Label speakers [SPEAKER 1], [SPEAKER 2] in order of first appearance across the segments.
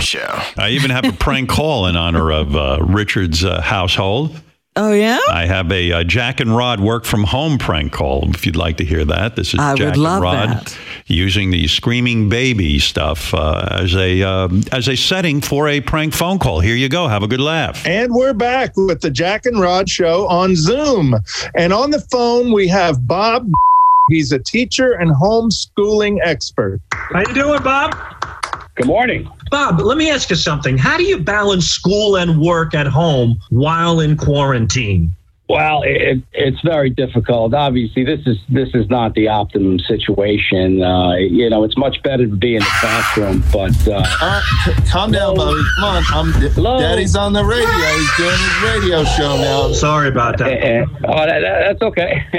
[SPEAKER 1] show.
[SPEAKER 2] I even have a prank call in honor of uh, Richard's uh, household.
[SPEAKER 3] Oh yeah.
[SPEAKER 2] I have a uh, Jack and Rod work from home prank call. If you'd like to hear that, this is
[SPEAKER 3] I would
[SPEAKER 2] Jack and
[SPEAKER 3] love
[SPEAKER 2] Rod
[SPEAKER 3] that.
[SPEAKER 2] using the screaming baby stuff uh, as a um as a setting for a prank phone call. Here you go. Have a good laugh.
[SPEAKER 4] And we're back with the Jack and Rod show on Zoom. And on the phone, we have Bob. He's a teacher and homeschooling expert.
[SPEAKER 5] How you doing, Bob?
[SPEAKER 6] Good morning.
[SPEAKER 5] Bob, let me ask you something. How do you balance school and work at home while in quarantine?
[SPEAKER 6] Well, it, it, it's very difficult. Obviously, this is this is not the optimum situation. Uh, you know, it's much better to be in the classroom, but uh,
[SPEAKER 7] Uh, c- calm down, Bobby. Come on. I'm,
[SPEAKER 6] Hello?
[SPEAKER 7] Daddy's on the radio. He's doing his radio show now.
[SPEAKER 5] Sorry about
[SPEAKER 6] Eh,
[SPEAKER 5] that.
[SPEAKER 6] eh. oh, that, that, that's okay.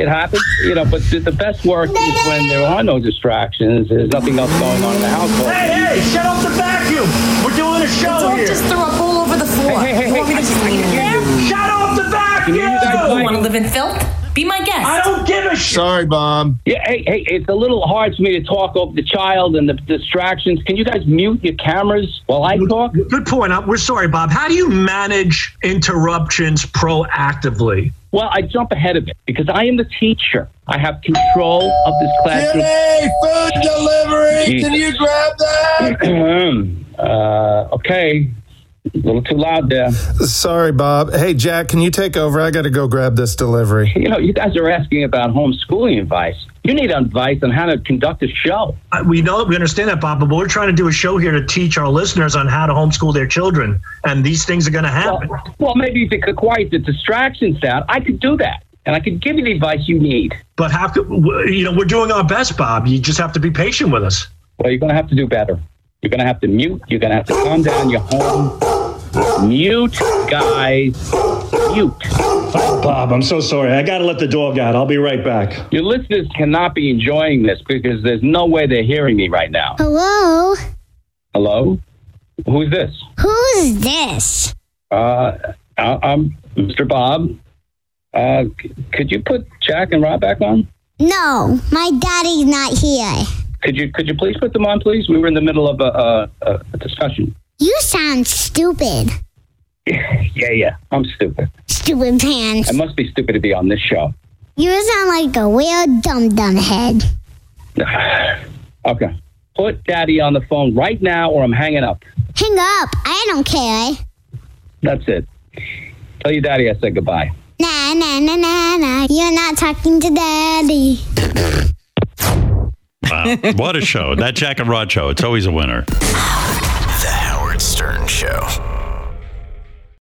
[SPEAKER 6] it happens, you know. But the, the best work is when there are no distractions. There's nothing else going on in the household.
[SPEAKER 5] Hey, hey, shut off the vacuum. We're doing a show
[SPEAKER 8] Don't just throw up all over the floor.
[SPEAKER 6] Hey, hey, hey,
[SPEAKER 8] you want me to just leave it there?
[SPEAKER 5] Shut off the vacuum.
[SPEAKER 8] You want to live in filth? Be my guest.
[SPEAKER 5] don't give a shit.
[SPEAKER 7] Sorry, Mom.
[SPEAKER 6] Yeah, hey, hey, it's a little hard for me to talk over the child and the distractions. Can you guys mute your cameras while I talk?
[SPEAKER 5] Good point. Uh, We're sorry, Bob. How do you manage interruptions proactively?
[SPEAKER 6] Well, I jump ahead of it because I am the teacher. I have control of this classroom.
[SPEAKER 7] Jimmy, food delivery. Can you grab that?
[SPEAKER 6] uh, okay, a little too loud there.
[SPEAKER 4] Sorry, Bob. Hey, Jack, can you take over? I got to go grab this delivery.
[SPEAKER 6] You know, you guys are asking about homeschooling advice. You need advice on how to conduct a show.
[SPEAKER 5] Uh, We know we understand that, Bob, but we're trying to do a show here to teach our listeners on how to homeschool their children, and these things are going to
[SPEAKER 6] Well,
[SPEAKER 5] happen.
[SPEAKER 6] well, maybe if you could quiet the distractions down, I could do that, and I could give you the advice you need.
[SPEAKER 5] But how could w- you know? We're doing our best, Bob. You just have to be patient with us.
[SPEAKER 6] Well, you're going to have to do better. You're going to have to mute. You're going to have to calm down your home. Mute, guys. Mute.
[SPEAKER 9] Bob, I'm so sorry. I got to let the dog out. I'll be right back.
[SPEAKER 6] Your listeners cannot be enjoying this because there's no way they're hearing me right now.
[SPEAKER 10] Hello?
[SPEAKER 6] Hello? Who's this?
[SPEAKER 10] Who's this?
[SPEAKER 6] Uh, I- I'm Mr. Bob. Uh, c- could you put Jack and Rob back on?
[SPEAKER 10] No, my daddy's not here.
[SPEAKER 6] Could you could you please put them on, please? We were in the middle of a, a, a- a discussion.
[SPEAKER 10] You sound stupid.
[SPEAKER 6] Yeah, yeah. I'm stupid.
[SPEAKER 10] Stupid
[SPEAKER 6] I
[SPEAKER 10] pants.
[SPEAKER 6] must be stupid to be on this show.
[SPEAKER 10] You sound like a real dum dum head.
[SPEAKER 6] Okay. Put Daddy on the phone right now, or I'm hanging up.
[SPEAKER 10] Hang up. I don't care.
[SPEAKER 6] That's it. Tell your Daddy I said goodbye.
[SPEAKER 10] Nah, nah, nah, nah, nah. You're not talking to daddy.
[SPEAKER 2] Wow. what a show! That Jack and Rod show. It's always a winner.